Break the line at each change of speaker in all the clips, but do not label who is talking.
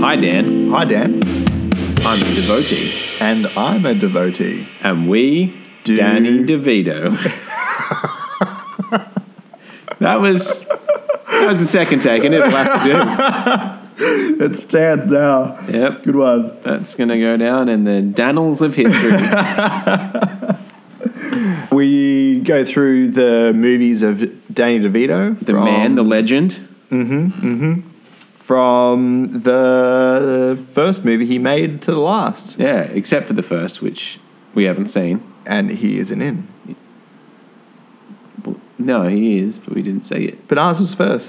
Hi, Dan.
Hi, Dan.
I'm a devotee.
And I'm a devotee.
And we,
Do-
Danny DeVito. that was that was the second take, and it'll have to
It stands now.
do. Yep.
Good one.
That's going to go down in the Dannels of history.
We go through the movies of Danny DeVito.
The man, the legend.
from the first movie he made to the last,
Yeah, except for the first, which we haven't seen.
and he isn't in.
Well, No, he is, but we didn't see it.
But ours was first.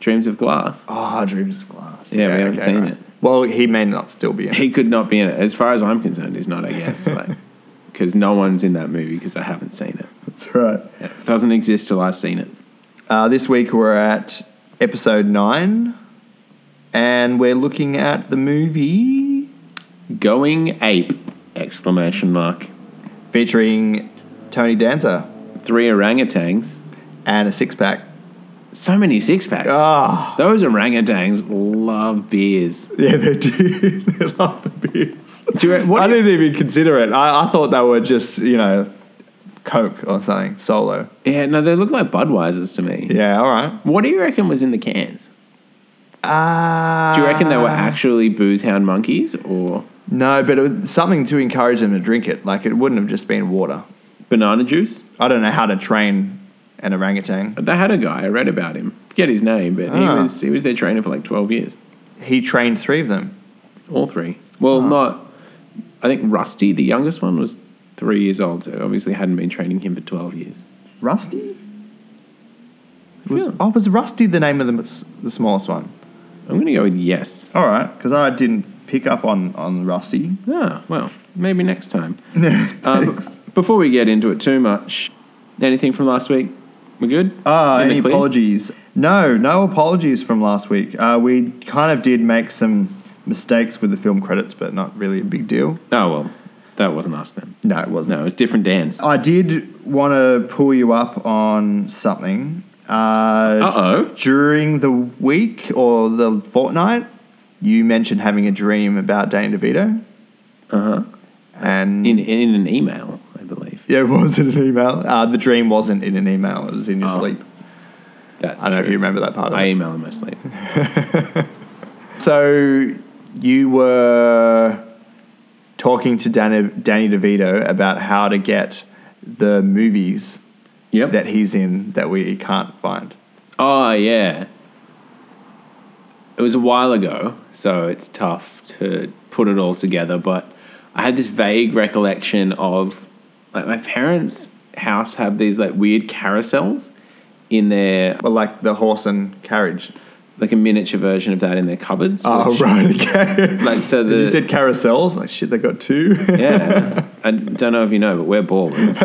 Dreams of Glass.
Ah, Dreams of Glass.
Yeah, we haven't seen it.
Well, he may not still be in it.
He could not be in it. As far as I'm concerned, he's not, I guess. Because no one's in that movie because I haven't seen it.
That's right.
It doesn't exist till I've seen it.
Uh, this week we're at episode nine, and we're looking at the movie
Going ape! Exclamation mark.
featuring Tony Danza
Three orangutans.
and a six pack.
So many six packs.
Ah,
Those orangutans love beers.
yeah, they do. they love the beers.
Do you- what
I
do you-
didn't even consider it. I, I thought they were just you know, Coke or something solo.
Yeah, no, they look like Budweisers to me.
Yeah, all right.
What do you reckon was in the cans?
Ah,
Do you reckon they were actually booze hound monkeys or
No, but it was something to encourage them to drink it. Like it wouldn't have just been water.
banana juice?
I don't know how to train an orangutan.
They had a guy, I read about him. Forget his name, but he
Ah.
was he was their trainer for like twelve years.
He trained three of them.
All three. Well,
Ah.
not I think Rusty, the youngest one, was three years old, so obviously hadn't been training him for twelve years.
Rusty? Was,
Yeah.
Oh, was Rusty the name of the, s- the smallest one?
I'm gonna go with yes.
All right, because I didn't pick up on, on Rusty.
Ah, well, maybe next time. Um,
Thanks.
before we get into it too much, anything from last week? We're good?
Ah,
In the
any
clear?
apologies? No, no apologies from last week. Uh, we kind of did make some mistakes with the film credits, but not really a big deal.
Oh, well, that wasn't us then.
No, it wasn't.
No, it was different Dan's.
I did want to pull you up on something. Uh,
Uh oh.
during the week or the fortnight, you mentioned having a dream about Danny DeVito.
Uh huh.
And
In, in an email, I believe.
Yeah, it wasn't an email. Uh, the dream wasn't in an email. It was in your
Oh,
sleep.
That's
I don't know if
true.
you remember that part of
I
it.
email in my sleep.
So you were talking to Danny, Danny DeVito about how to get the movies
Yep.
that he's in that we can't find.
Oh yeah. It was a while ago, so it's tough to put it all together, but I had this vague recollection of like my parents' house have these like weird carousels in their
Well, like the horse and carriage.
like a miniature version of that in their cupboards.
Oh,
which-
right. Okay.
Like, so the-
you said carousels. Like shit, they got two.
Yeah. I don't know if you know, but we're ballers.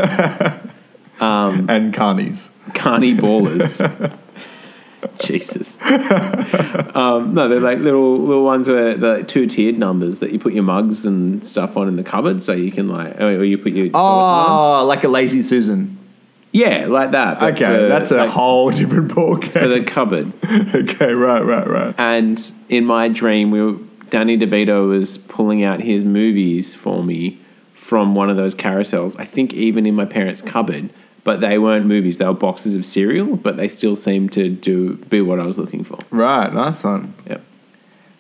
Um
and carnies.
carny ballers. Jesus. Um, no, they're like little little ones where they're like two tiered numbers that you put your mugs and stuff on in the cupboard, so you can like, oh, or you put your sauces on.
Oh, like a lazy Susan.
yeah, like that. but
Okay,
for,
that's a
like,
whole different
for
ballgame.
the cupboard.
okay, right, right, right.
And in my dream, we were, Danny DeVito was pulling out his movies for me from one of those carousels. I think even in my parents' cupboard, but they weren't movies; they were boxes of cereal. But they still seemed to do be what I was looking for.
Right, nice one.
Yep.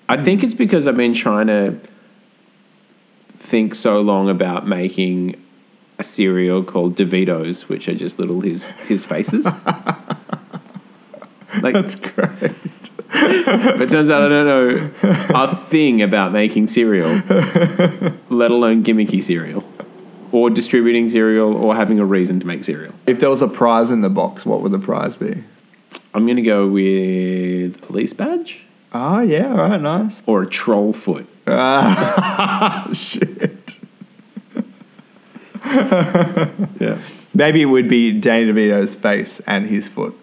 I think it's because I've been trying to think so long about making a cereal called DeVito's, which are just little his his faces. like,
That's great.
but it turns out I don't know a thing about making cereal, let alone gimmicky cereal, or distributing cereal, or having a reason to make cereal.
If there was a prize in the box, what would the prize be?
I'm gonna go with a police badge
Oh, yeah, all right, nice.
or a troll foot.
Ah, shit.
Yeah.
Maybe it would be Danny DeVito's face and his foot.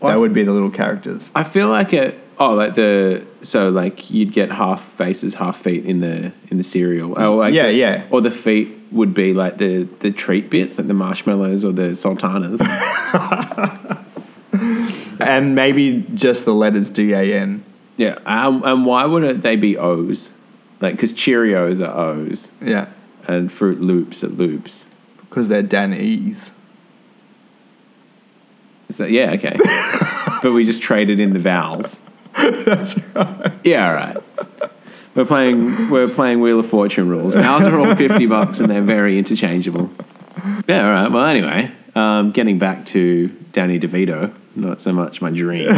Well,
That would be the little characters.
I feel like a oh like the so like you'd get half faces, half feet in the in the cereal. Oh like
Yeah, yeah.
Or the feet would be like the the treat bits, like the marshmallows or the sultanas.
And maybe just the letters D A N.
Yeah, um, and why would it, they be O's? Like, because Cheerios are O's
Yeah,
and Fruit Loops are Loops.
because they're Danese.
So yeah, okay. but we just traded in the vowels.
That's right.
Yeah, all right. We're playing we're playing Wheel of Fortune rules. Vowels are all fifty bucks and they're very interchangeable. Yeah, all right. Well, anyway, um, getting back to Danny DeVito, not so much my dream.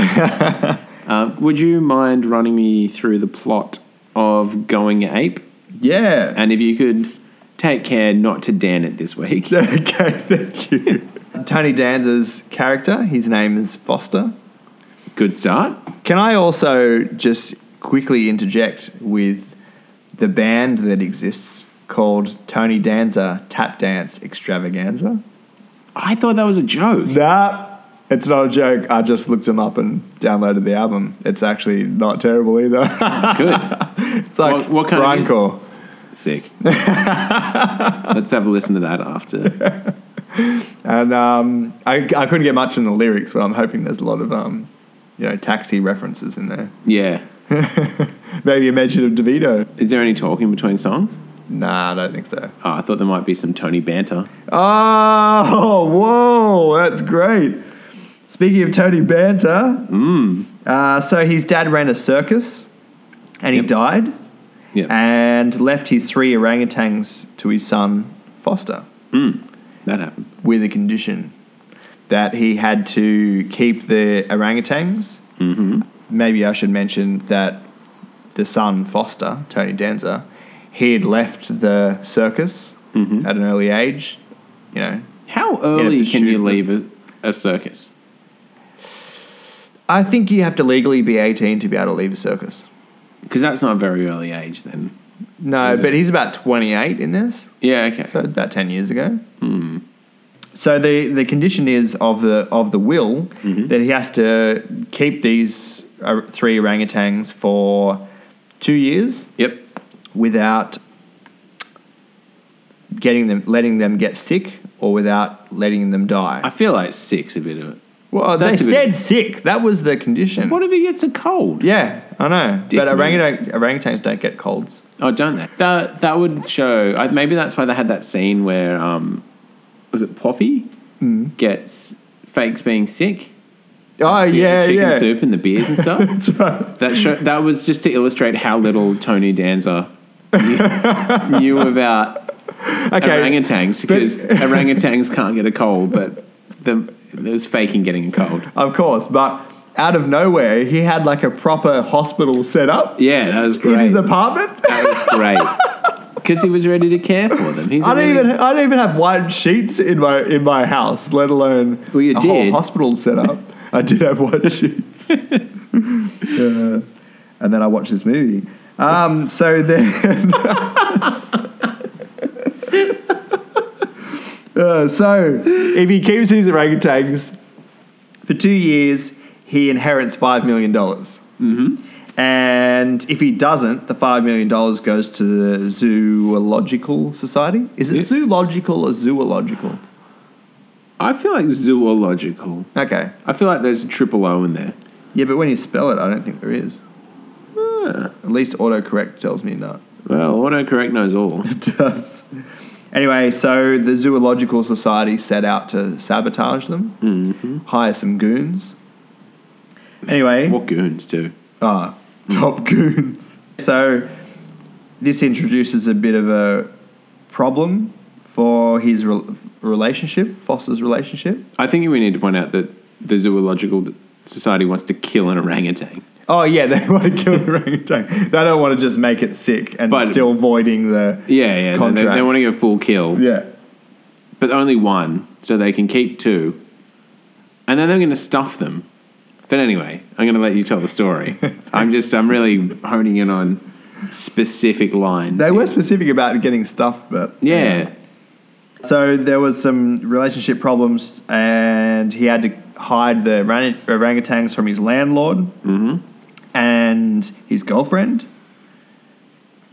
um, would you mind running me through the plot of Going Ape?
Yeah.
And if you could take care not to Dan it this week.
okay, thank you. Tony Danza's character, his name is Foster.
Good start.
Can I also just quickly interject with the band that exists called Tony Danza Tap Dance Extravaganza?
I thought that was a joke.
Nah, it's not a joke. I just looked them up and downloaded the album. It's actually not terrible either.
Good.
it's like
What- what kind of mu-
grindcore.
Sick. Let's have a listen to that after.
And um, I, I couldn't get much from the lyrics, but I'm hoping there's a lot of um, you know taxi references in there.
Yeah.
Maybe a mention of DeVito.
Is there any talking between songs?
Nah, I don't think so.
Oh, I thought there might be some Tony banter.
Oh, whoa, that's great. Speaking of Tony Banter,
Mm.
uh, so his dad ran a circus and he
Yep.
died
Yeah.
and left his three orangutans to his son, Foster,
Mm. That happened.
with a condition that he had to keep the orangutans.
hmm
Maybe I should mention that the son, Foster, Tony Danza, he had left the circus
hmm
at an early age, you know,
How early
but
can you
shoot,
leave a, a circus?
I think you have to legally be 18 to be able to leave a circus.
Because that's not a very early age then.
No,
Is it-
but he's about 28 in this,
Yeah, okay.
so about 10 years ago. Hmm.
Mm.
So the, the condition is of the of the will that he has to keep these uh, three orangutans for two years
Yep.
without getting them letting them get sick or without letting them die.
I feel like six a bit of it.
well, they
that's a
said
bit-
sick. That was the condition.
What if he gets a cold?
Yeah, I know.
Dick
but
move.
orangutan, orangutans don't get colds.
Oh, don't they? That that would show. I, maybe that's why they had that scene where um, was it Poppy
Mm.
gets fakes being sick?
Oh
Chicken-
yeah,
chicken
yeah.
soup and the beers and stuff.
That's right.
That show, that was just to illustrate how little Tony Danza knew, knew about
okay.
orangutans because
But-
orangutans can't get a cold, but the, it was faking getting a cold.
Of course, but out of nowhere, he had like a proper hospital set up
Yeah, that was
in
great.
his apartment.
that was great because he was ready to care for them. He's a
I don't
really-
even I don't even have white sheets in my in my house, let alone
Well, you
a
did.
whole hospital set up. I did have white sheets. Uh, and then I watched this movie. Um, so then Uh, so if he keeps his orangutans for two years, he inherits five million dollars.
mm-hmm.
And if he doesn't, the five million dollars goes to the Zoological Society. Is it
Yeah.
zoological or zoological?
I feel like zoological.
Okay.
I feel like there's a triple O in there.
Yeah, but when you spell it, I don't think there is.
Ah,
At least autocorrect tells me not.
well, autocorrect knows all.
It does. Anyway, so the Zoological Society set out to sabotage them,
hmm
hire some goons. Anyway,
What goons do?
Ah, Top Goons. So this introduces a bit of a problem for his re- relationship, Foster's relationship.
I think we need to point out that the Zoological D- Society wants to kill an orangutan.
Oh yeah, they want to kill the orangutan. They don't want to just make it sick and
But-
still voiding the
Yeah, yeah. they- They,
Contract.
they want to go full kill,
yeah.
but only one, so they can keep two. And then they're going to stuff them. But anyway, I'm going to let you tell the story. I'm just, I'm really honing in on specific lines.
They were specific about getting stuffed, but
Yeah.
So there was some relationship problems, and he had to hide the orang- orangutans from his landlord
hmm
and his girlfriend.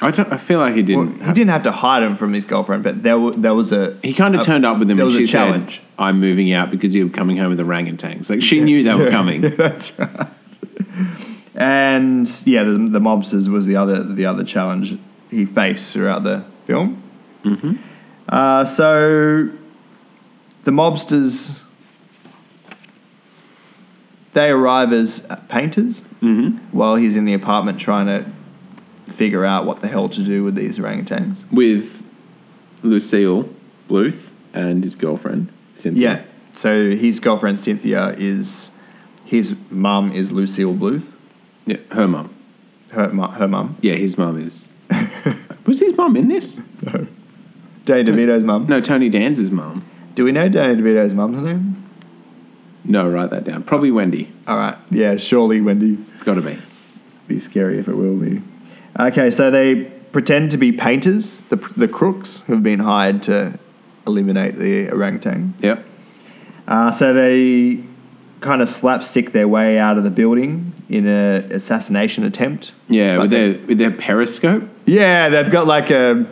I, don't, I feel like he
Well,
didn't.
he didn't have to hide him from his girlfriend, but there, wa- there was a.
He kind of turned up with them
uh, there
and
was a
she said,
challenge.
I'm moving out because you're coming home with orangutans. Like, she knew they were
Yeah,
coming.
yeah, that's right. And yeah, the, the mobsters was the other the other challenge he faced throughout the film.
Mhm.
Uh, so the mobsters they arrive as painters
Mm-hmm.
while he's in the apartment trying to figure out what the hell to do with these orangutans.
With Lucille Bluth and his girlfriend,
Yeah.
Cynthia.
So his girlfriend Cynthia is his mum is Lucille Bluth.
Yeah. Her mum.
Her mu- her mum.
Yeah, his mum is. Was his mum in this?
no. Danny DeVito's mum.
No, Tony Danza's mum.
Do we know Danny DeVito's mum's name?
No, write that down. Probably Wendy.
All right. Yeah. Surely Wendy.
It's got to be.
Be scary if it will be. Okay. So they pretend to be painters. The the crooks who've been hired to eliminate the orangutan.
Yep.
Uh, so they kind of slapstick their way out of the building in an assassination attempt.
Yeah,
But
with
they-
their with their periscope.
Yeah, they've got like a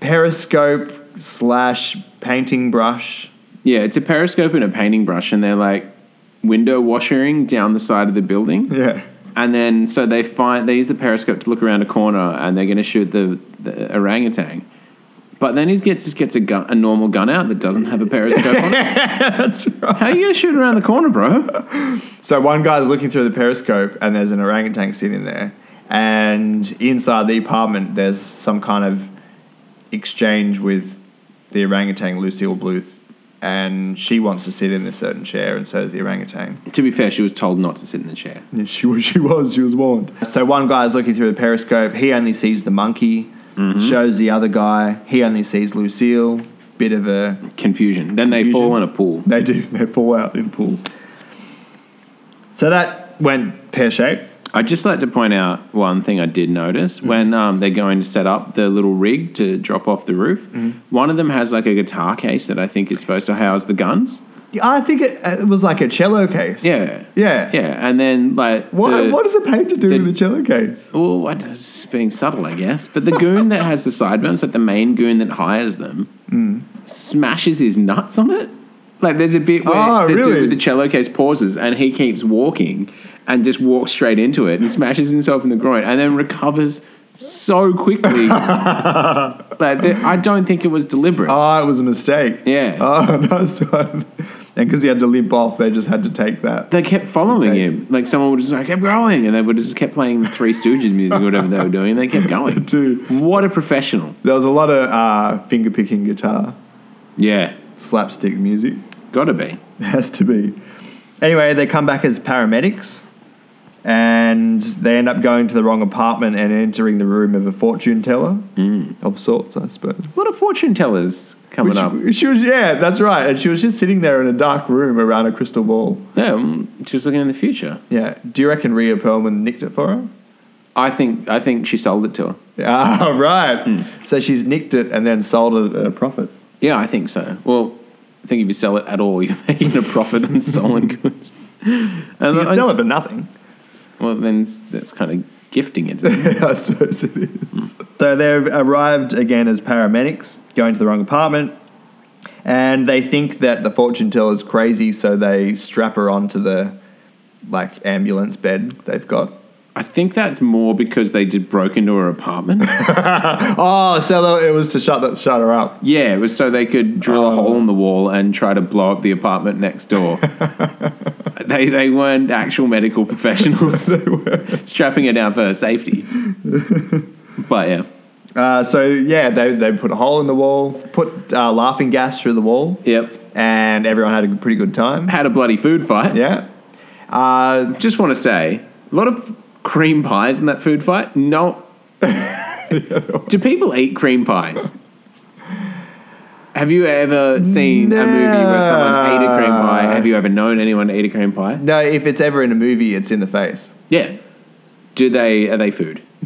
periscope slash painting brush.
Yeah, it's a periscope and a painting brush, and they're like window washing down the side of the building.
Yeah.
And then so they find they use the periscope to look around a corner, and they're going to shoot the, the orangutan. But then he gets just gets a gun, a normal gun out that doesn't have a periscope on it.
That's
How
right.
are you going to shoot around the corner, bro?
So one guy's looking through the periscope and there's an orangutan sitting there. And inside the apartment, there's some kind of exchange with the orangutan, Lucille Bluth. And she wants to sit in a certain chair, and so does the orangutan.
To be fair, she was told not to sit in the chair.
Yeah, she was. She was. She was warned. So one guy's looking through the periscope. He only sees the monkey.
Mm-hmm.
Shows the other guy. He only sees Lucille. Bit of a.
Confusion. Then they
Confusion.
fall in a pool.
They do. They fall out in pool. So that went pear shaped.
I'd just like to point out one thing I did notice
Mm.
when um, they're going to set up the little rig to drop off the roof.
Mm.
One of them has like a guitar case that I think is supposed to house the guns.
I think it, it was like a cello case.
Yeah,
Yeah.
yeah, and then like
What,
the-
what does a painter do
the-
with a cello case?
Well, I don't- it's being subtle, I guess. But the goon that has the sideburns, like the main goon that hires them,
Mm.
smashes his nuts on it. Like there's a bit where
Oh,
the
really?
dude with the cello case pauses and he keeps walking and just walks straight into it and smashes himself in the groin and then recovers so quickly. like the, I don't think it was deliberate.
Oh, it was a mistake.
yeah.
Oh, nice one. And because he had to limp off, they just had to take that.
they kept following
Okay.
him. Like someone would just like kept going, and they would have just kept playing the Three Stooges music or whatever they were doing. And they kept going.
Dude,
What a professional!
there was a lot of uh, finger picking guitar.
Yeah,
slapstick music.
gotta be.
It has to be. Anyway, they come back as paramedics and they end up going to the wrong apartment and entering the room of a fortune teller of sorts, I suppose.
A lot of fortune tellers coming
Which-
up.
she was, yeah, that's right. And she was just sitting there in a dark room around a crystal ball.
Yeah, um, she was looking in the future.
Yeah. Do you reckon Rhea Perlman nicked it for her?
I think I think she sold it to her.
Ah, right. So she's nicked it and then sold it at a profit.
Yeah, I think so. Well, I think if you sell it at all, you're making a profit on stolen goods. And
You can
I-
sell it for nothing.
Well, then it's- that's kind of gifting it. isn't it?
I suppose it is. So they've arrived again as paramedics, going to the wrong apartment, and they think that the fortune teller's crazy, so they strap her onto the like ambulance bed they've got.
I think that's more because they just broke into her apartment.
oh, so it was to shut that shut her up.
yeah, it was so they could drill a
Oh.
hole in the wall and try to blow up the apartment next door. they they weren't actual medical professionals
They were.
strapping her down for her safety. But yeah,
Uh, so yeah, they they put a hole in the wall, put uh, laughing gas through the wall,
yep.
and everyone had a pretty good time.
Had a bloody food fight.
Yeah. Uh,
just want to say a lot of cream pies in that food fight. No, do people eat cream pies? Have you ever seen a movie where someone ate a cream pie?
No.
Have you ever known anyone to eat a cream pie?
No, if it's ever in a movie, it's in the face.
Yeah. Do they are they food?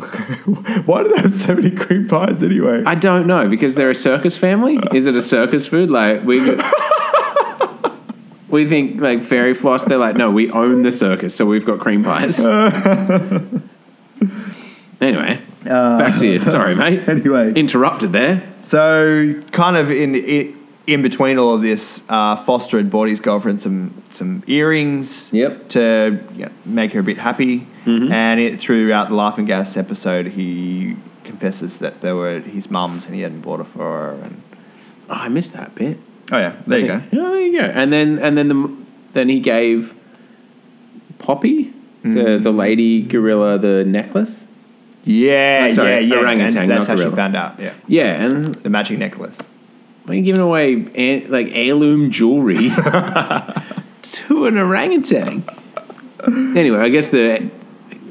Why do they have so many cream pies anyway?
I don't know because they're a circus family. Is it a circus food? Like we we think like fairy floss. They're like no, we own the circus, so we've got cream pies. Anyway,
Uh,
back to you. Sorry, mate.
Anyway,
Interrupted there.
so kind of in it, in between all of this, uh, Foster had bought his girlfriend some some earrings.
Yep.
To yeah, make her a bit happy, and it, throughout the Laughing Gas episode, he confesses that they were his mum's and he hadn't bought it for her. And
Oh, I missed that bit.
oh yeah, there you go.
Yeah, there you go. And then and then the then he gave Poppy the the lady gorilla the necklace.
Yeah,
Oh, sorry,
yeah, yeah.
orangutan,
and that's
not
how she
gorilla.
found out. Yeah,
Yeah, and
the magic necklace.
Why are you giving away an- like heirloom jewelry to an orangutan? Anyway, I guess the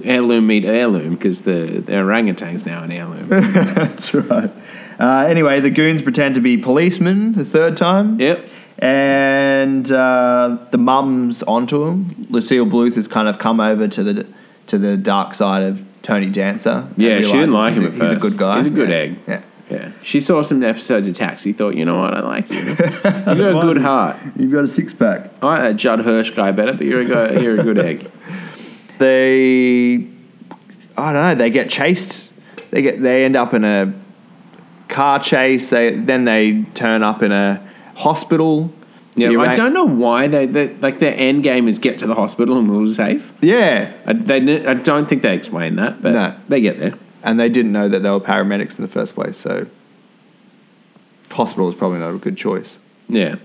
heirloom meet heirloom because the, the orangutan's now an heirloom.
That's right. Uh, anyway, the goons pretend to be policemen the third time.
yep.
And uh, the mum's onto him. Lucille Bluth has kind of come over to the to the dark side of Tony Dancer. and
Yeah, she didn't
realises
like him
he's a- He's
at
a
first.
good guy.
He's a good
Yeah.
egg.
Yeah.
Yeah. She saw some episodes of Taxi, thought, you know what, I like you. You got a good heart.
You've got a six pack.
I like that Judd Hirsch guy better, but you're a, go- you're a good egg.
They, I don't know. They get chased. They get. They end up in a car chase. They then they turn up in a hospital.
Yeah,
You're
I
right.
don't know why they, they like their end game is get to the hospital and we'll save.
Yeah,
I, they, I don't think they explain that, but
No.
they get there.
and they didn't know that they were paramedics in the first place. So hospital is probably not a good choice.
Yeah.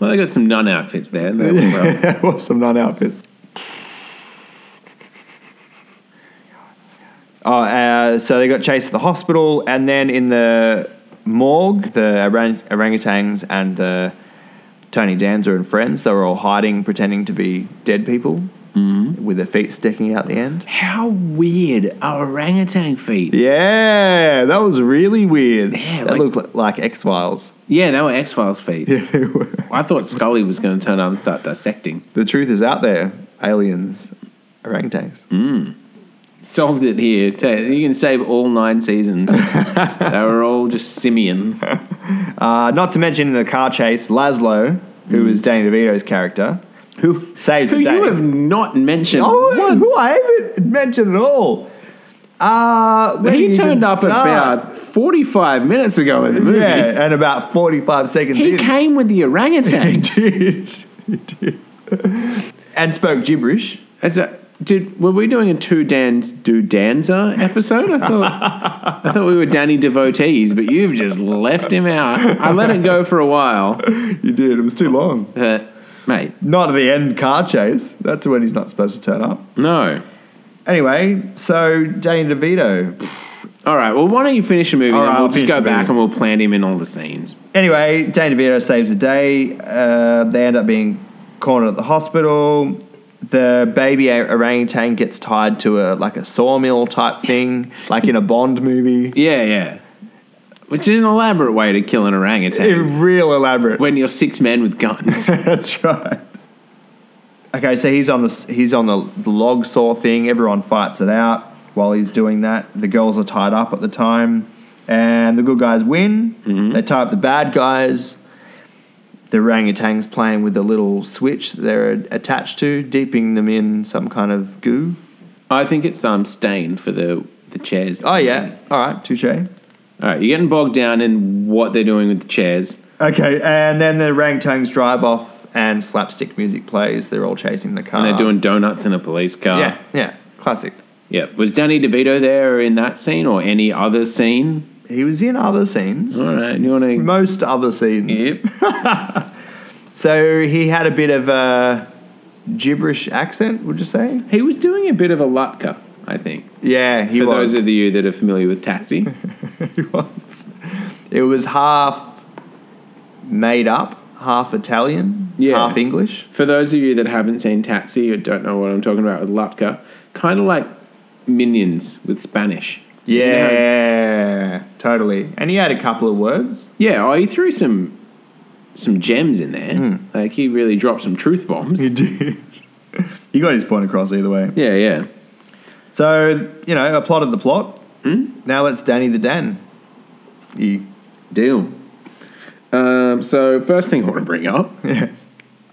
Well, they got some nun outfits there. They look well.
well, some non outfits. Oh, uh, so they got chased to the hospital, and then in the morgue, the orang- orangutans and the Tony Danza and friends, they were all hiding, pretending to be dead people with their feet sticking out the end.
How weird are orangutan feet?
Yeah, that was really weird.
Yeah,
that
like-
looked li- like X Files.
Yeah, they were X Files feet.
Yeah, they were.
I thought Scully was going to turn up and start dissecting.
The truth is out there. Aliens, orangutans.
Mm. Solved it here. Ta- You can save all nine seasons. they were all just simian.
Uh, not to mention in the car chase, Laszlo, who is Danny DeVito's character,
Who,
saves
Mm. who
the day.
you have not mentioned.
oh,
once.
who I haven't mentioned at all. Uh, where do you
He
even
turned up
start?
about 45 minutes ago in the movie.
yeah, and about forty-five seconds.
He
in.
came with the
He
orangutan.
did. He did. and spoke gibberish.
It's a, did were we doing a two Dan's do Danza episode? I thought I thought we were Danny devotees, but you've just left him out. I let it go for a while,
You did. It was too long.
but mate,
Not at the end car chase. That's when he's not supposed to turn up.
no.
Anyway, so Danny DeVito.
All right. Well, why don't you finish the movie?
All
and
right,
we'll
I'll
just
finish
go
the
back
movie.
and we'll plant him in all the scenes.
Anyway, Danny DeVito saves the day. Uh, they end up being cornered at the hospital. The baby a- orangutan gets tied to a like a sawmill type thing, like in a Bond movie.
Yeah, yeah. Which is an elaborate way to kill an
It-
orangutan
real elaborate.
when you're six men with guns.
That's right. Okay, so he's on the s- he's on the the log saw thing. Everyone fights it out while he's doing that. The girls are tied up at the time, and the good guys win.
Mm-hmm.
They tie up the bad guys. The orangutans playing with the little switch that they're attached to, deeping them in some kind of goo.
I think it's um stained for the the chairs.
Oh yeah,
Mm-hmm.
all right, touche.
All right. You're getting bogged down in what they're doing with the chairs.
Okay, and then the orangutans drive off, and slapstick music plays. They're all chasing the car.
And they're doing donuts in a police car.
Uh-huh. yeah, yeah, classic.
Yeah. Was Danny DeVito there in that scene or any other scene?
He was in other scenes.
All right. You want to?
Most other scenes.
Yep.
So he had a bit of a gibberish accent, would you say?
He was doing a bit of a Lutka, I think.
Yeah, he
For
was.
those of you that are familiar with Taxi.
he was. It was half made up, half Italian,
Yeah.
half English.
For those of you that haven't seen Taxi or don't know what I'm talking about with Lutka, kind of like Minions with Spanish. You know how it's-
Yeah, totally. And he had a couple of words.
yeah. Oh, he threw some some gems in there.
Hmm.
Like he really dropped some truth bombs.
did. he got his point across either way.
Yeah. Yeah.
So, you know, I plotted the plot.
Hmm?
Now it's Danny the Dan. You.
Deal. Um, so first thing I want to bring up
Yeah.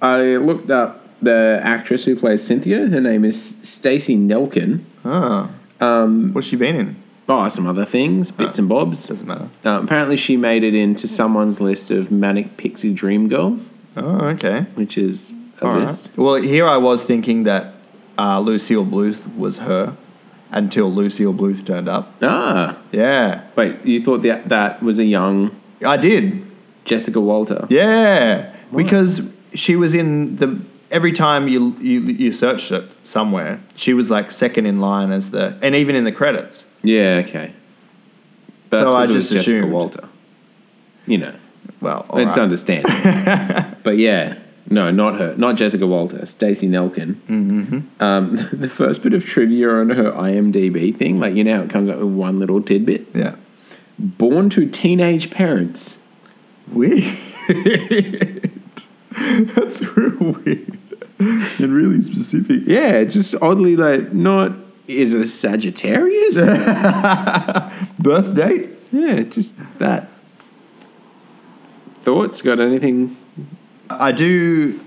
I looked up the actress who plays Cynthia. Her name is Stacey Nelkin.
Oh,
Um,
what's she been in?
Oh, some other things, bits and bobs.
Doesn't matter.
Uh, apparently, she made it into someone's list of manic pixie dream girls,
Oh, okay.
which is a
All
list.
right. Well, here I was thinking that uh, Lucille Bluth was her until Lucille Bluth turned up.
Ah,
Yeah,
wait, you thought that that was a young
I did.
Jessica Walter?
Yeah, because she was in the every time you you you searched it somewhere, she was like second in line as the and even in the credits.
Yeah,
So
okay. But that's
I
'cause it was
just
Jessica
assumed.
Walter. You know,
Well, all
it's
right.
understandable. but yeah, no, not her, not Jessica Walter, Stacey Nelkin.
mm-hmm.
Um, the first bit of trivia on her IMDb thing, like you know, how it comes up with one little tidbit.
Yeah,
Born to teenage parents.
weird. That's real weird and really specific.
Yeah, just oddly like not is a Sagittarius.
Birth date?
yeah, just that. Thoughts? Got anything?
I do.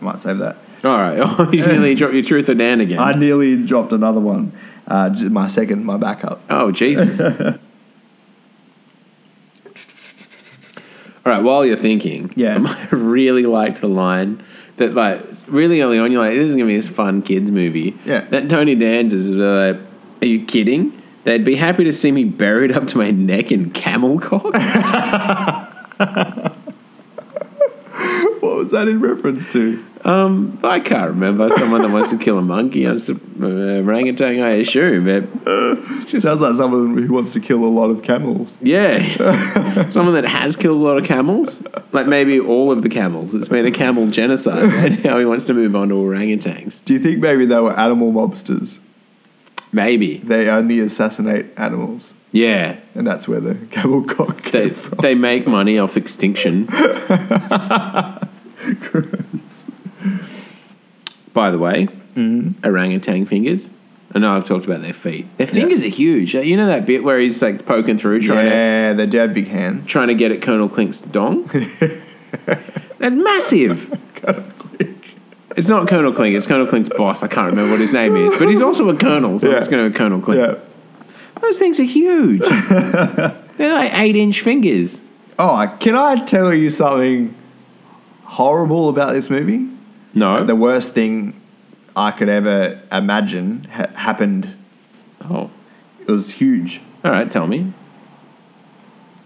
Might save that.
All right. Oh, you nearly dropped your truth or Dan again.
I nearly dropped another one. Uh, j- my second, my backup.
oh Jesus! All right. While you're thinking,
Yeah.
I really liked the line that like really early on you're like, this is gonna be this fun kids movie.
Yeah.
That Tony Danza is like, are you kidding? They'd be happy to see me buried up to my neck in camel cock.
what was that in reference to?
um, I can't remember someone that wants to kill a monkey. I was a, uh, orangutan, I assume. But
Sounds like someone who wants to kill a lot of camels.
yeah, someone that has killed a lot of camels, like maybe all of the camels. It's been a camel genocide, and now he wants to move on to orangutans.
Do you think maybe they were animal mobsters?
Maybe.
They only assassinate animals,
Yeah.
and that's where the camel cock came
They,
from.
they make money off extinction.
Gross.
By the way,
Mm-hmm.
orangutan fingers. I know I've talked about their feet. Their fingers are huge. You know that bit where he's like poking through trying to
Yeah, they do have big hands.
trying to get at Colonel Clink's dong? That's massive. It's not Colonel Clink. It's Colonel Clink's boss. I can't remember what his name is, but he's also a colonel, so
Yeah.
it's going to be Colonel Clink.
yeah.
Those things are huge. They're like eight-inch fingers.
Oh, can I tell you something horrible about this movie?
No.
The worst thing I could ever imagine ha- happened.
oh.
It was huge.
All right. Tell me.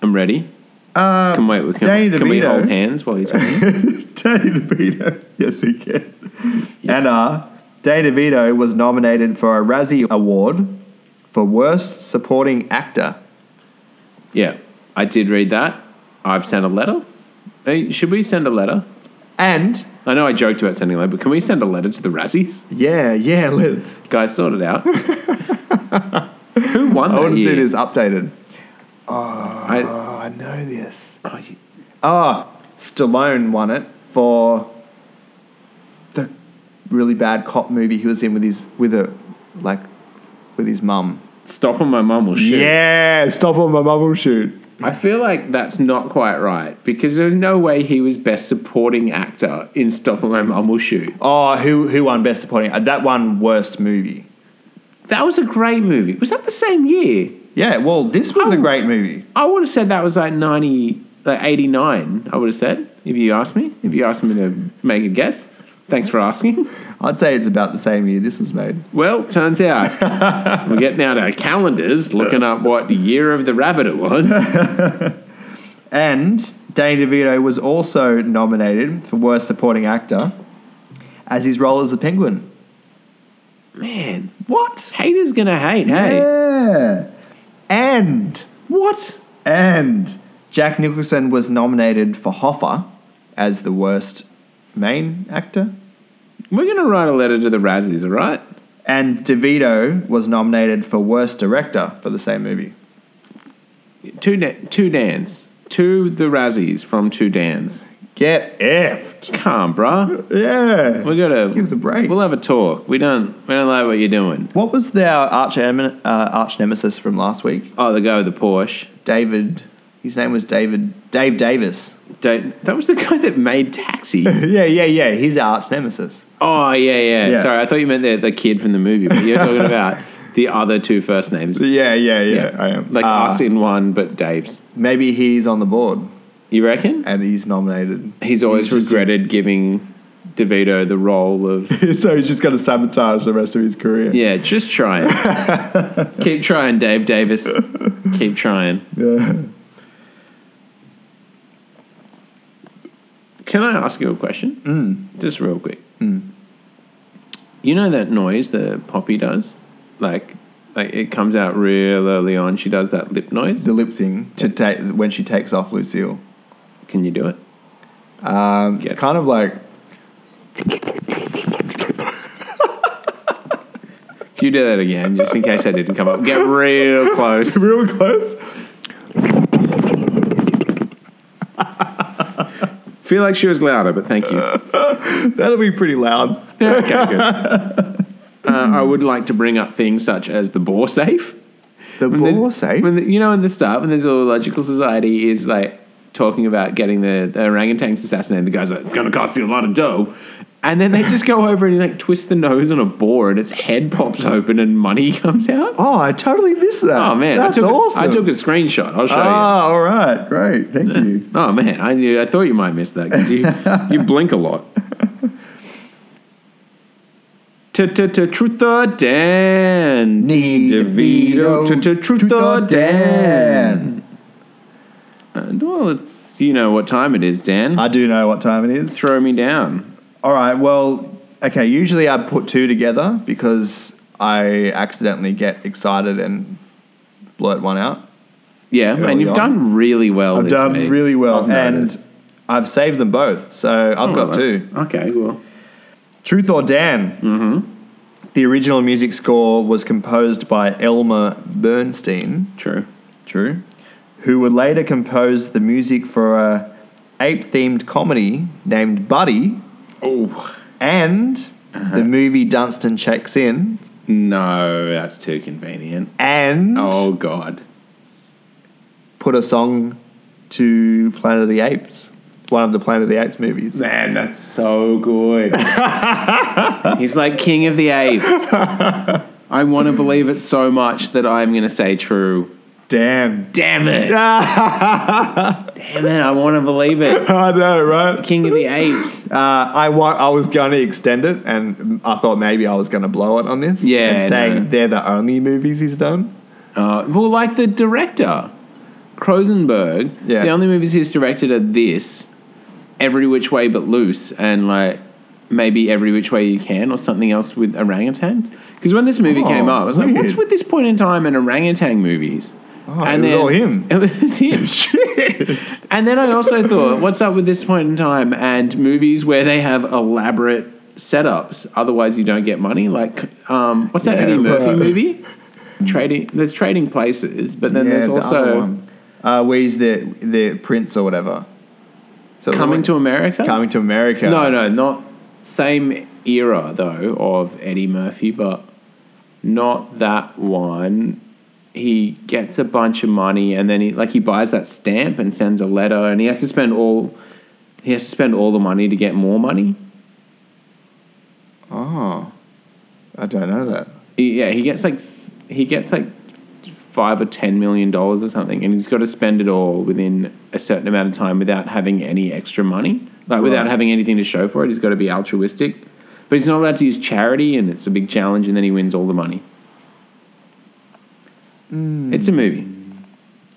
I'm ready.
Uh,
Can wait. Can,
Danny
can we
DeVito.
hold hands while you tell me?
Danny DeVito. Yes, he can. And uh, Danny DeVito was nominated for a Razzie Award for Worst Supporting Actor.
Yeah, I did read that. I've sent a letter. Hey, should we send a letter?
And
I know I joked about sending a letter, but can we send a letter to the Razzies?
yeah, yeah, let's.
Guys, sort it out. Who won
I
that
want to
year?
see this updated. Oh, I, know this.
Oh, you-
Oh, Stallone won it for the really bad cop movie he was in with his with a like with his mum.
stop on my mum will shoot.
Yeah, stop on my mum will shoot.
I feel like that's not quite right because there's no way he was best supporting actor in Stop on My Mum Will Shoot.
Oh, who who won best supporting? Uh, that one worst movie.
That was a great movie. Was that the same year?
Yeah, well, this was a
Oh.
great movie.
I would have said that was like 90, like 89, I would have said, if you asked me. If you asked me to make a guess. Thanks for asking.
I'd say it's about the same year this was made.
Well, turns out we're getting out our calendars, looking up what year of the rabbit it was.
And Danny DeVito was also nominated for Worst Supporting Actor as his role as the Penguin.
Man, what? Haters gonna hate, hey?
Yeah. And
What?
and Jack Nicholson was nominated for Hoffa as the worst main actor.
We're gonna write a letter to the Razzies, all right?
And DeVito was nominated for worst director for the same movie.
Two, da- two Dans. Two the Razzies from Two Dans.
Get effed.
Calm, bruh.
Yeah.
We gotta
Give us a break.
We'll have a talk. We don't. We don't like what you're doing.
What was their arch, emin- uh, arch nemesis from last week?
Oh, the guy with the Porsche.
David. His name was David. Dave Davis.
Don't, that was the guy that made Taxi.
Yeah, yeah, yeah. He's our arch nemesis.
Oh yeah, yeah,
Yeah.
Sorry, I thought you meant the, the kid from the movie, but you're talking about the other two first names.
Yeah, yeah, yeah, I am.
Like
Uh,
us in one, but Dave's.
Maybe he's on the board
You reckon?
and he's nominated.
He's always
just-
regretted giving DeVito the role of.
so he's just going to sabotage the rest of his career.
Yeah, just try it.
Yeah.
Keep trying, Dave Davis. Keep trying. Can I ask you a question?
Mm.
Just real quick.
Mm.
You know that noise the Poppy does? Like, like it comes out real early on. She does that lip noise.
The lip thing to take when she takes off Lucille.
Can you do it?
Um,
Yeah.
It's kind of like
Can you do that again, just in case I didn't come up? Get real close.
real close.
Feel like she was louder, but thank you.
That'll be pretty loud.
Yeah, okay, good. Uh, I would like to bring up things such as the bore safe.
The
When there's-
ball safe.
When the, you know, in the start, when the Zoological Society is like talking about getting the, the orangutans assassinated, the guy's like, it's going to cost you a lot of dough. And then they just go over and like twist the nose on a boar and its head pops open and money comes out.
oh, I totally missed that.
Oh, man.
that's
I took
awesome.
A, I took a screenshot. I'll show you.
Ah, all right, great, thank you.
Oh, man. I, knew- I thought you might miss that because you, you blink a lot. Truth or Dan.
Need
DeVito.
DeVito.
Truth or Dan. And, well, it's you know what time it is, Dan.
I do know what time it is.
Throw me down.
All right, well, okay. Usually I put two together because I accidentally get excited and blurt one out.
Yeah,
Early
and you've
on.
done really well.
I've
this
done
week.
really well,
I've noticed.
and I've saved them both, so I've
Oh,
got
well.
two.
Okay, well,
Truth or Dan?
mm-hmm,
The original music score was composed by Elmer Bernstein.
true.
True. Who would later compose the music for a ape-themed comedy named Buddy
Oh
and
Uh-huh.
the movie Dunstan Checks In
no, that's too convenient.
and
Oh God,
put a song to Planet of the Apes, one of the Planet of the Apes movies.
man, that's so good. He's like king of the apes. I want to believe it so much that I'm going to say true.
Damn.
Damn it!
I
Damn it! I want to believe it.
know, right?
King of the apes.
Uh, I wa- I was going to extend it, and I thought maybe I was going to blow it on this.
Yeah,
and saying
no.
they're the only movies he's done.
Uh, well, like the director, Crosenberg.
Yeah.
The only movies he's directed are this, Every Which Way But Loose, and like maybe Every Which Way You Can, or something else with orangutans. Because when this movie
Oh,
came up, I was like,
weird.
what's with this point in time and orangutan movies?
Oh, it was all him.
It was him. Shit. And then I also thought, what's up with this point in time and movies where they have elaborate setups? Otherwise, you don't get money. Like, um, what's that
Yeah,
Eddie Murphy
right.
movie? Trading. There's trading places, but then
yeah,
there's
the other
also
one. uh, where he's the the prince or whatever. So the
Coming
one-
to America.
coming to America.
No, no, not same era though of Eddie Murphy, but not that one. He gets a bunch of money and then he like he buys that stamp and sends a letter and he has to spend all he has to spend all the money to get more money.
Oh, I don't know that.
He- Yeah, he gets like he gets like five or ten million dollars or something, and he's got to spend it all within a certain amount of time without having any extra money, like without
Right.
having anything to show for it. He's got to be altruistic, but he's not allowed to use charity, and it's a big challenge. And then he wins all the money. It's a movie.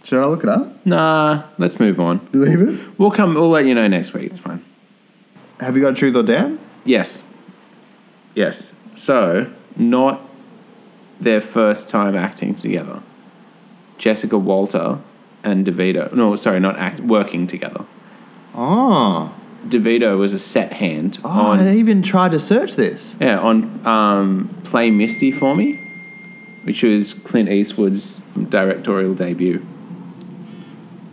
Should I look it up?
Nah, let's move on.
Believe it.
We'll come. We'll let you know next week. It's fine.
Have you got truth or damn?
Yes. Yes. So not their first time acting together. Jessica Walter and DeVito. No, sorry, not act working together.
Oh,
DeVito was a set hand
oh I
on
even tried to search this.
yeah on um, Play Misty for Me, which was Clint Eastwood's directorial debut.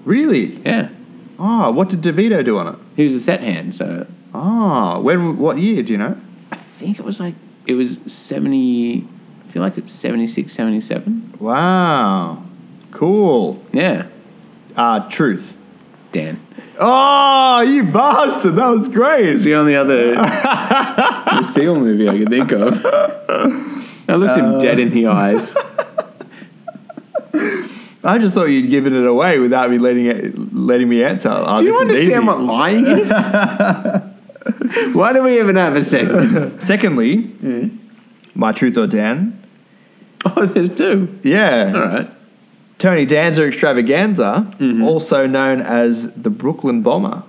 Really?
Yeah,
Oh, what did DeVito do on it?
he was a set hand. So
Oh, when? What year do you know?
I think it was like it was seventy. I feel like it's 76, 77.
Wow, cool.
Yeah,
Uh, truth.
Dan.
Oh, you bastard! That was great.
It's the only other Lucille movie I can think of. I looked him dead in the eyes.
I just thought you'd given it away without me letting it, letting me answer. Oh,
Do you
this is
understand what lying is? Why do we even have a segment?
easy. Secondly,
Mm.
my truth or Dan.
Oh, there's two.
Yeah.
All right.
Tony Danza extravaganza,
Mhm.
also known as the Brooklyn Bomber.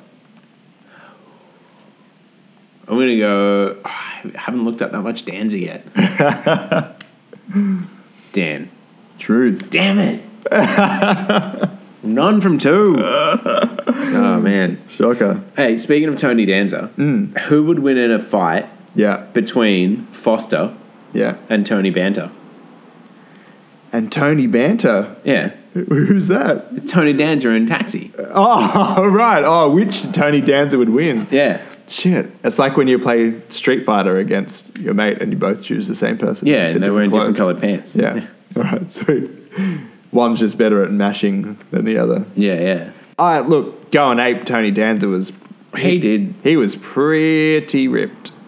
I'm gonna go. I haven't looked up that much Danza yet. Dan.
Truth.
Damn it. None from two. Oh man.
Shocker.
Hey, speaking of Tony Danza,
Mm.
who would win in a fight
Yeah.
between Foster
Yeah.
and Tony Banter?
And Tony Banter.
Yeah,
Who's that?
it's Tony Danza in Taxi.
Oh, right. Oh, which Tony Danza would win?
Yeah,
Shit. It's like when you play Street Fighter against your mate and you both choose the same person.
yeah,
Except
and they were in different
clothes.
coloured pants.
Yeah. All right, sweet. One's just better at mashing than the other.
yeah, yeah.
All right, look, going ape Tony Danza was
He did.
he was pretty ripped.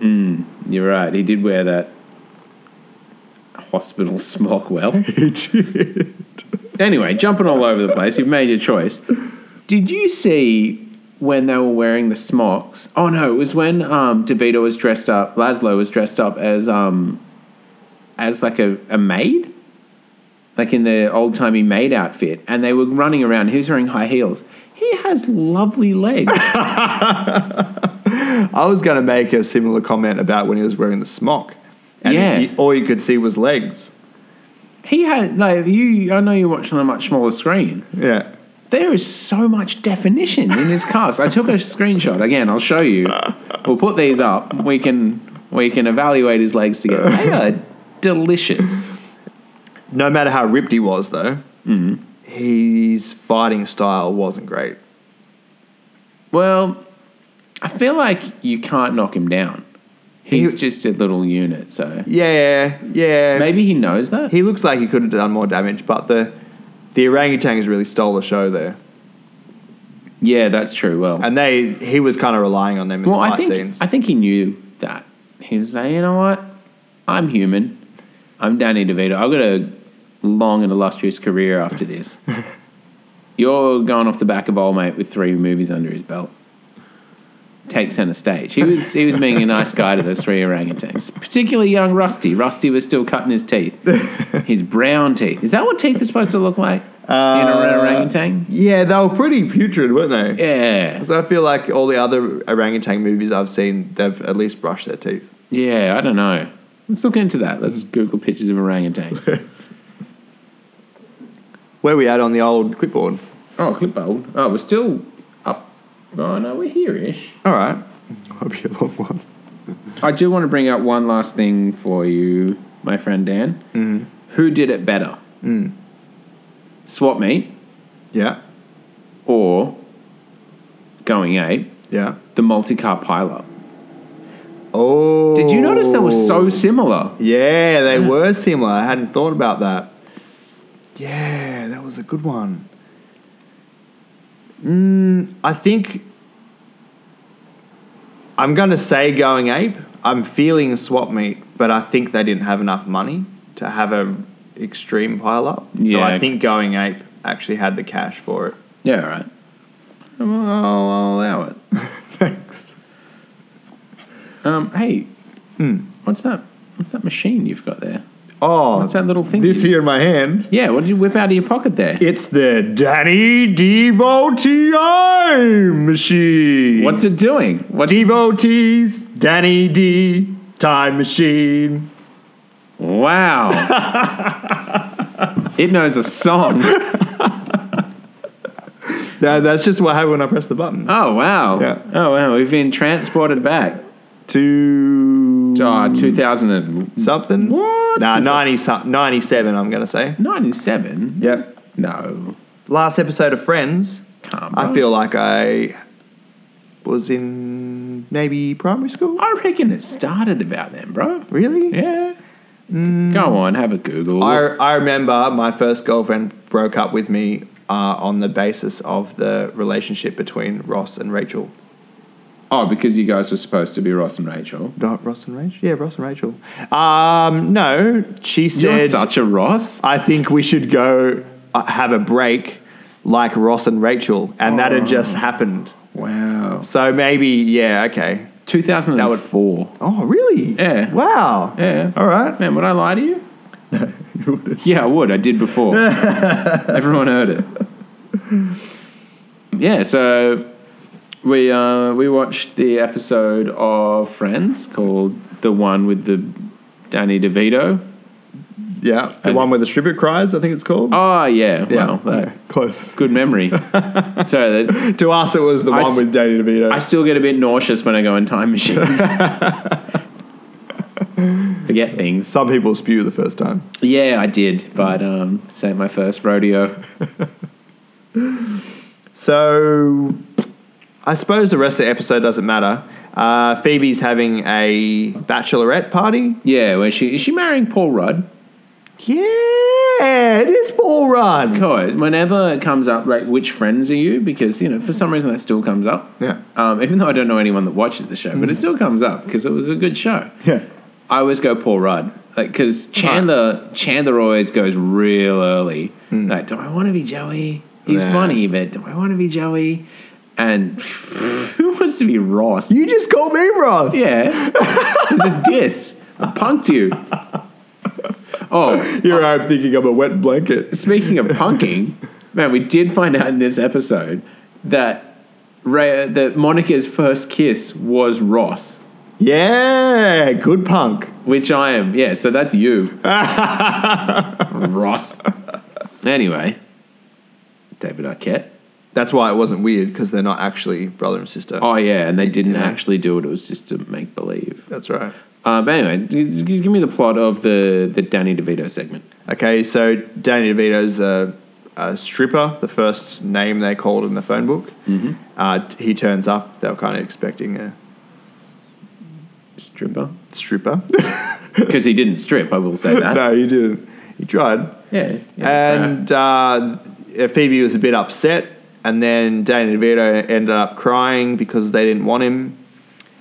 Mm, you're right. He did wear that hospital smock well.
He did.
Anyway, jumping all over the place, you've made your choice. Did you see when they were wearing the smocks? Oh no, it was when um, DeVito was dressed up. Laszlo was dressed up as um, as like a, a maid, like in the old timey maid outfit, and they were running around. He was wearing high heels. He has lovely legs.
I was going to make a similar comment about when he was wearing the smock. And
Yeah.
he- all you could see was legs.
he had like you. I know you're watching on a much smaller screen.
Yeah.
There is so much definition in his calves. I took a screenshot again. I'll show you. We'll put these up. We can we can evaluate his legs together. They are delicious.
No matter how ripped he was, though,
Mm.
his fighting style wasn't great.
Well, I feel like you can't knock him down. He's
He-
just a little unit, so
Yeah, yeah.
maybe he knows that.
He looks like he could have done more damage, but the the orangutans really stole the show there.
yeah, that's true. Well,
And they he was kind of relying on them in
well,
the
I
fight
think
scenes.
I think he knew that. He was like, you know what? I'm human. I'm Danny DeVito. I've got a long and illustrious career after this. You're going off the back of old mate with three movies under his belt. Take center stage. He was he was being a nice guy to those three orangutans, particularly young Rusty. Rusty was still cutting his teeth, his brown teeth. Is that what teeth are supposed to look like in
Uh,
an orangutan?
Yeah, they were pretty putrid, weren't they?
Yeah,
So I feel like all the other orangutan movies I've seen, they've at least brushed their teeth.
yeah. I don't know. Let's look into that. Let's Google pictures of orangutans.
Where we at on the old clipboard?
Oh, clipboard. Oh, we're still up. Oh, no, we're here ish.
All right. I'll be a long one.
I do want to bring up one last thing for you, my friend Dan.
Mm.
Who did it better?
Mm.
Swap meet
Yeah.
or going ape,
Yeah.
the multi car pileup?
Oh.
Did you notice they were so similar?
Yeah, they were similar. I hadn't thought about that. Yeah, that was a good one. Mm, I think I'm going to say going ape. I'm feeling swap meet, but I think they didn't have enough money to have an extreme pile up. So
Yeah.
I think going ape actually had the cash for it.
Yeah, all right. Well, I'll, I'll allow it.
Thanks.
Um, hey,
Hmm.
what's that? What's that machine you've got there?
Oh,
What's that little thing?
this
you-
here in my hand.
Yeah, what did you whip out of your pocket there?
It's the Danny Devo TI machine.
What's it doing? What's
Devotees, Danny D, time machine.
Wow. it knows a song.
That, that's just what happened when I pressed the button.
Oh, wow.
Yeah.
Oh, wow. We've been transported back
Two.
to uh, 2000 and
something?
What?
Nah, 90, some- 97, I'm going to say.
97?
Yep.
No.
Last episode of Friends,
Can't
I
be.
feel like I was in maybe primary school.
I reckon it started about then, bro.
Really?
Yeah.
Mm.
Go on, have a Google.
I, I remember my first girlfriend broke up with me uh, on the basis of the relationship between Ross and Rachel.
Oh, because you guys were supposed to be Ross and Rachel.
Not Ross and Rachel. Yeah, Ross and Rachel. Um, no, she
You're
said.
such a Ross.
I think we should go uh, have a break, like Ross and Rachel, and that had
Oh.
just happened.
Wow.
So maybe, yeah, okay.
2004.
Oh, really?
Yeah.
Wow.
Yeah.
All right.
Man, would I lie to you? Yeah, I would. I did before. Everyone heard it. Yeah, so we uh, we watched the episode of Friends called the one with the Danny DeVito.
yeah. The
And-
one where the stripper cries, I think it's called.
Oh yeah,
yeah.
wow, that-
Close.
good memory. so that,
to us, it was the
I
one
s-
with Danny DeVito.
I still get a bit nauseous when I go in time machines. Forget things.
Some people spew the first time.
Yeah, I did, but um, say my first rodeo.
So, I suppose the rest of the episode doesn't matter. Uh, Phoebe's having a bachelorette party.
Yeah, where she is she marrying Paul Rudd?
Yeah, it is Paul Rudd.
God, whenever it comes up, like which friends are you? Because you know, for some reason that still comes up.
Yeah.
Um, even though I don't know anyone that watches the show, but it still comes up because it was a good show.
Yeah.
I always go Paul Rudd, like because Chandler Chandler always goes real early. Like, do I want to be Joey? He's
Nah.
funny, but do I want to be Joey? And who wants to be Ross?
You just called me Ross.
Yeah, it's a diss. I punked you. Oh,
You're I'm thinking I'm a wet blanket.
Speaking of punking, man, we did find out in this episode that Ray, that Monica's first kiss was Ross,
Yeah, good punk.
which I am. Yeah, so that's you, Ross. Anyway, David Arquette.
That's why it wasn't weird because they're not actually brother and sister.
Oh yeah, and they didn't
Yeah.
actually do it. It was just to make believe.
That's right.
Um, anyway, just give me the plot of the the Danny DeVito segment.
Okay, so Danny DeVito's a, a stripper, the first name they called in the phone book.
Mhm.
Uh, t- he turns up. They were kind of expecting a
Stripper,
stripper.
because he didn't strip. I will say that.
no, he didn't. He tried.
Yeah. yeah,
And uh, Phoebe was a bit upset, and then Danny DeVito ended up crying because they didn't want him.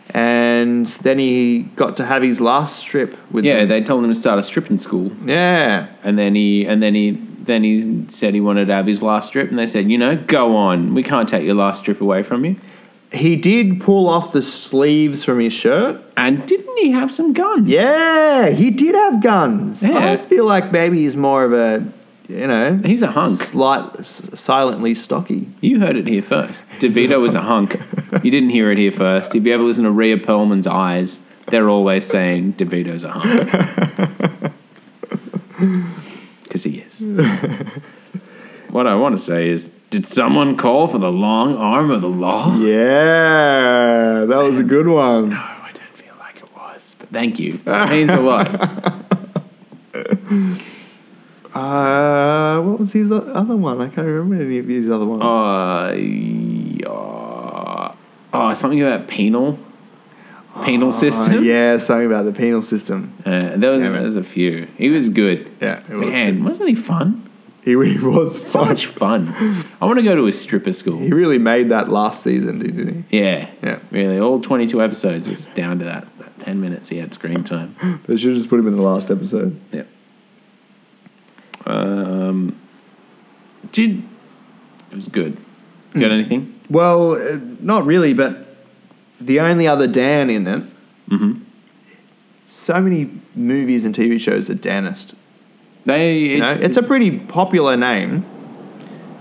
And then he got to have his last strip with
yeah,
them.
they told him to start a stripping school.
yeah.
And then he and then he then he said he wanted to have his last strip, and they said, you know, go on, we can't take your last strip away from you.
He did pull off the sleeves from his shirt.
And didn't he have some guns?
Yeah, he did have guns.
Yeah.
I feel like maybe he's more of a, you know,
he's a hunk.
slight, s- silently stocky.
You heard it here first. DeVito was a hunk. You didn't hear it here first. If you ever listen to Rhea Perlman's eyes, they're always saying DeVito's a hunk because he is. What I want to say is, did someone call for the long arm of the law?
yeah, that was a good one.
No, I don't feel like it was. But thank you. It means a lot.
Uh, what was his o- other one? I can't remember any of his other ones.
Uh, yeah. Oh, something about penal, penal
Uh,
system.
yeah, something about the penal system.
Uh, there was
Damn it.
there was a few. He was good.
Yeah, it was.
Man, wasn't he fun?
He, he was
So
fun.
much fun. I want to go to a stripper
He
school.
really made that last season, didn't he?
Yeah.
Yeah.
Really, all 22 episodes was down to that, that 10 minutes he had screen time.
They should have just put him in the last episode.
Yep. Um, did it was good. Got
Hmm.
anything?
Well, uh, not really, but the only other Dan in it.
Mm-hmm.
So many movies and TV shows are Danist.
They it's,
You know, it's a pretty popular name.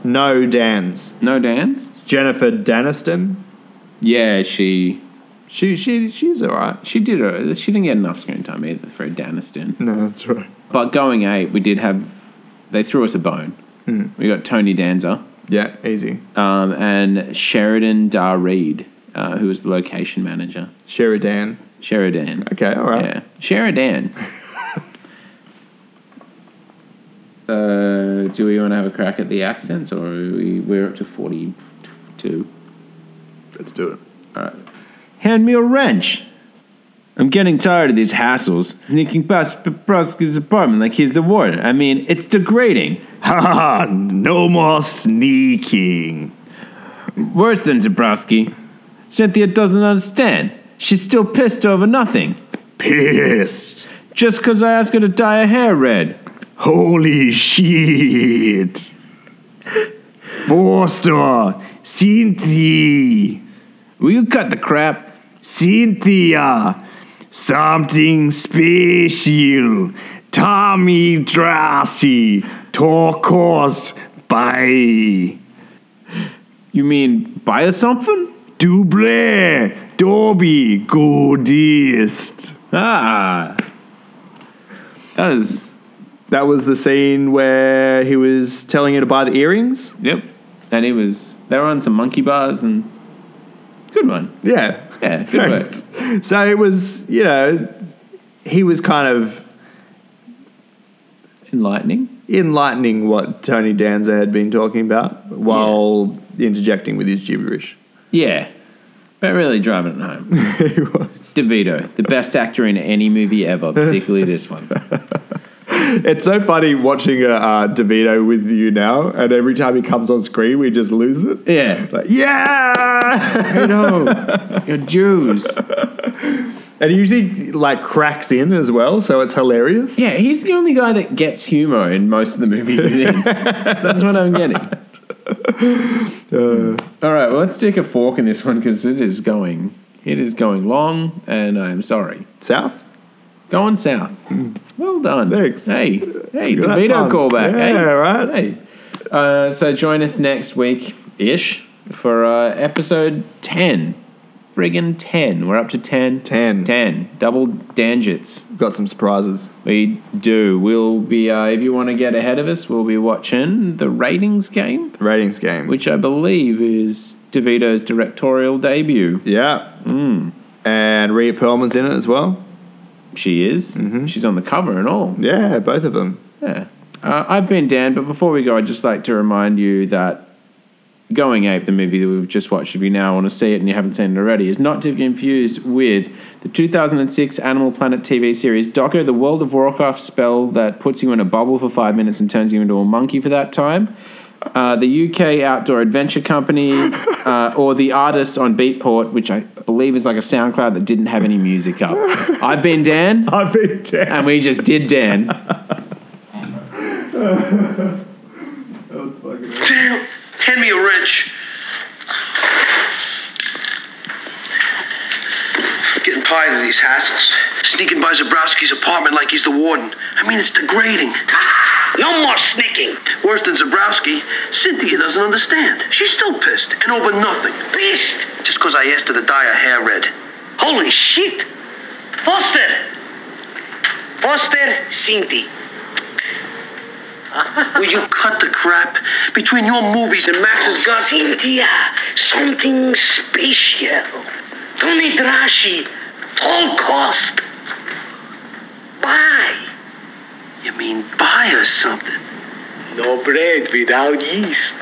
No Dan's.
no dance.
Jennifer Daniston.
Yeah, she
She she she's all right.
She did. A, she didn't get enough screen time either for Daniston.
No, that's right.
But going eight, we did have. They threw us a bone.
Mm.
We got Tony Danza
Yeah, easy.
um, and Sheridan Dar Reed, uh, who was the location manager.
Sheridan.
Sheridan.
Okay, all right.
Yeah, Sheridan. uh, do we want to have a crack at the accents, or are we, we're up to forty-two?
Let's do it.
All right. Hand me a wrench. I'm getting tired of these hassles. Sneaking past Peprosky's apartment like he's the warden. I mean, it's degrading.
Ha ha! No more sneaking.
Worse than Zabrowski. Cynthia doesn't understand. She's still pissed over nothing.
Pissed.
Just because I asked her to dye her hair red.
Holy shit. Forster. Cynthia.
Will you cut the crap?
Cynthia. Something special. Tommy Drassi. Torkost. Bye.
You mean buy her something?
Duble. Dobby. Godist.
Ah. That is.
That was the scene where he was telling her to buy the earrings.
Yep. And he was. They were on some monkey bars and. Good one.
Yeah.
Yeah, good work.
So it was, you know, he was kind of
Enlightening.
enlightening what Tony Danza had been talking about while interjecting with his gibberish.
Yeah. But really driving it home.
he was.
DeVito, the best actor in any movie ever, particularly this one.
It's so funny watching uh, uh, DeVito with you now, and every time he comes on screen, we just lose it.
Yeah.
Like, yeah!
I know. You're Jews.
and he usually like cracks in as well, so it's hilarious.
Yeah, he's the only guy that gets humor in most of the movies he's in. That's what I'm getting.
Uh,
All right, well, let's stick a fork in this one because it is going, it is going long, and I am sorry.
South?
Going south. Well done.
Thanks.
Hey, hey,
Look at that
DeVito
pun.
callback.
Yeah,
hey.
right.
Hey. Uh, so join us next week ish for uh, episode 10. Friggin' 10. We're up to 10.
10.
10. Double dangits.
Got some surprises.
We do. We'll be, uh, if you want to get ahead of us, we'll be watching the ratings game,
Ratings game.
which I believe is DeVito's directorial debut.
yeah.
Mm.
And Rhea Perlman's in it as well.
She is.
Mhm.
She's on the cover and all.
Yeah, both of them.
Yeah. Uh, I've been Dan, but before we go, I'd just like to remind you that Going Ape, the movie that we've just watched, if you now want to see it and you haven't seen it already, is not to be confused with the 2006 Animal Planet TV series Doco, the World of Warcraft spell that puts you in a bubble for five minutes and turns you into a monkey for that time. Uh, the UK Outdoor Adventure Company, uh, or the artist on Beatport, which I believe is like a SoundCloud that didn't have any music up. I've been Dan,
I've been
and we just did Dan.
Daniel, hand me a wrench. Getting tired of these hassles. Sneaking by Zabrowski's apartment like he's the warden. I mean, it's degrading. No more sneaking. Worse than Zabrowski, Cynthia doesn't understand. She's still pissed, and over nothing. Pissed? Just because I asked her to dye her hair red. Holy shit! Foster! Foster, Cynthia. Will you cut the crap between your movies and Max's gun? Cynthia, something special. Tony Drashi, toll cost. Buy. You mean buy or something? No bread without yeast.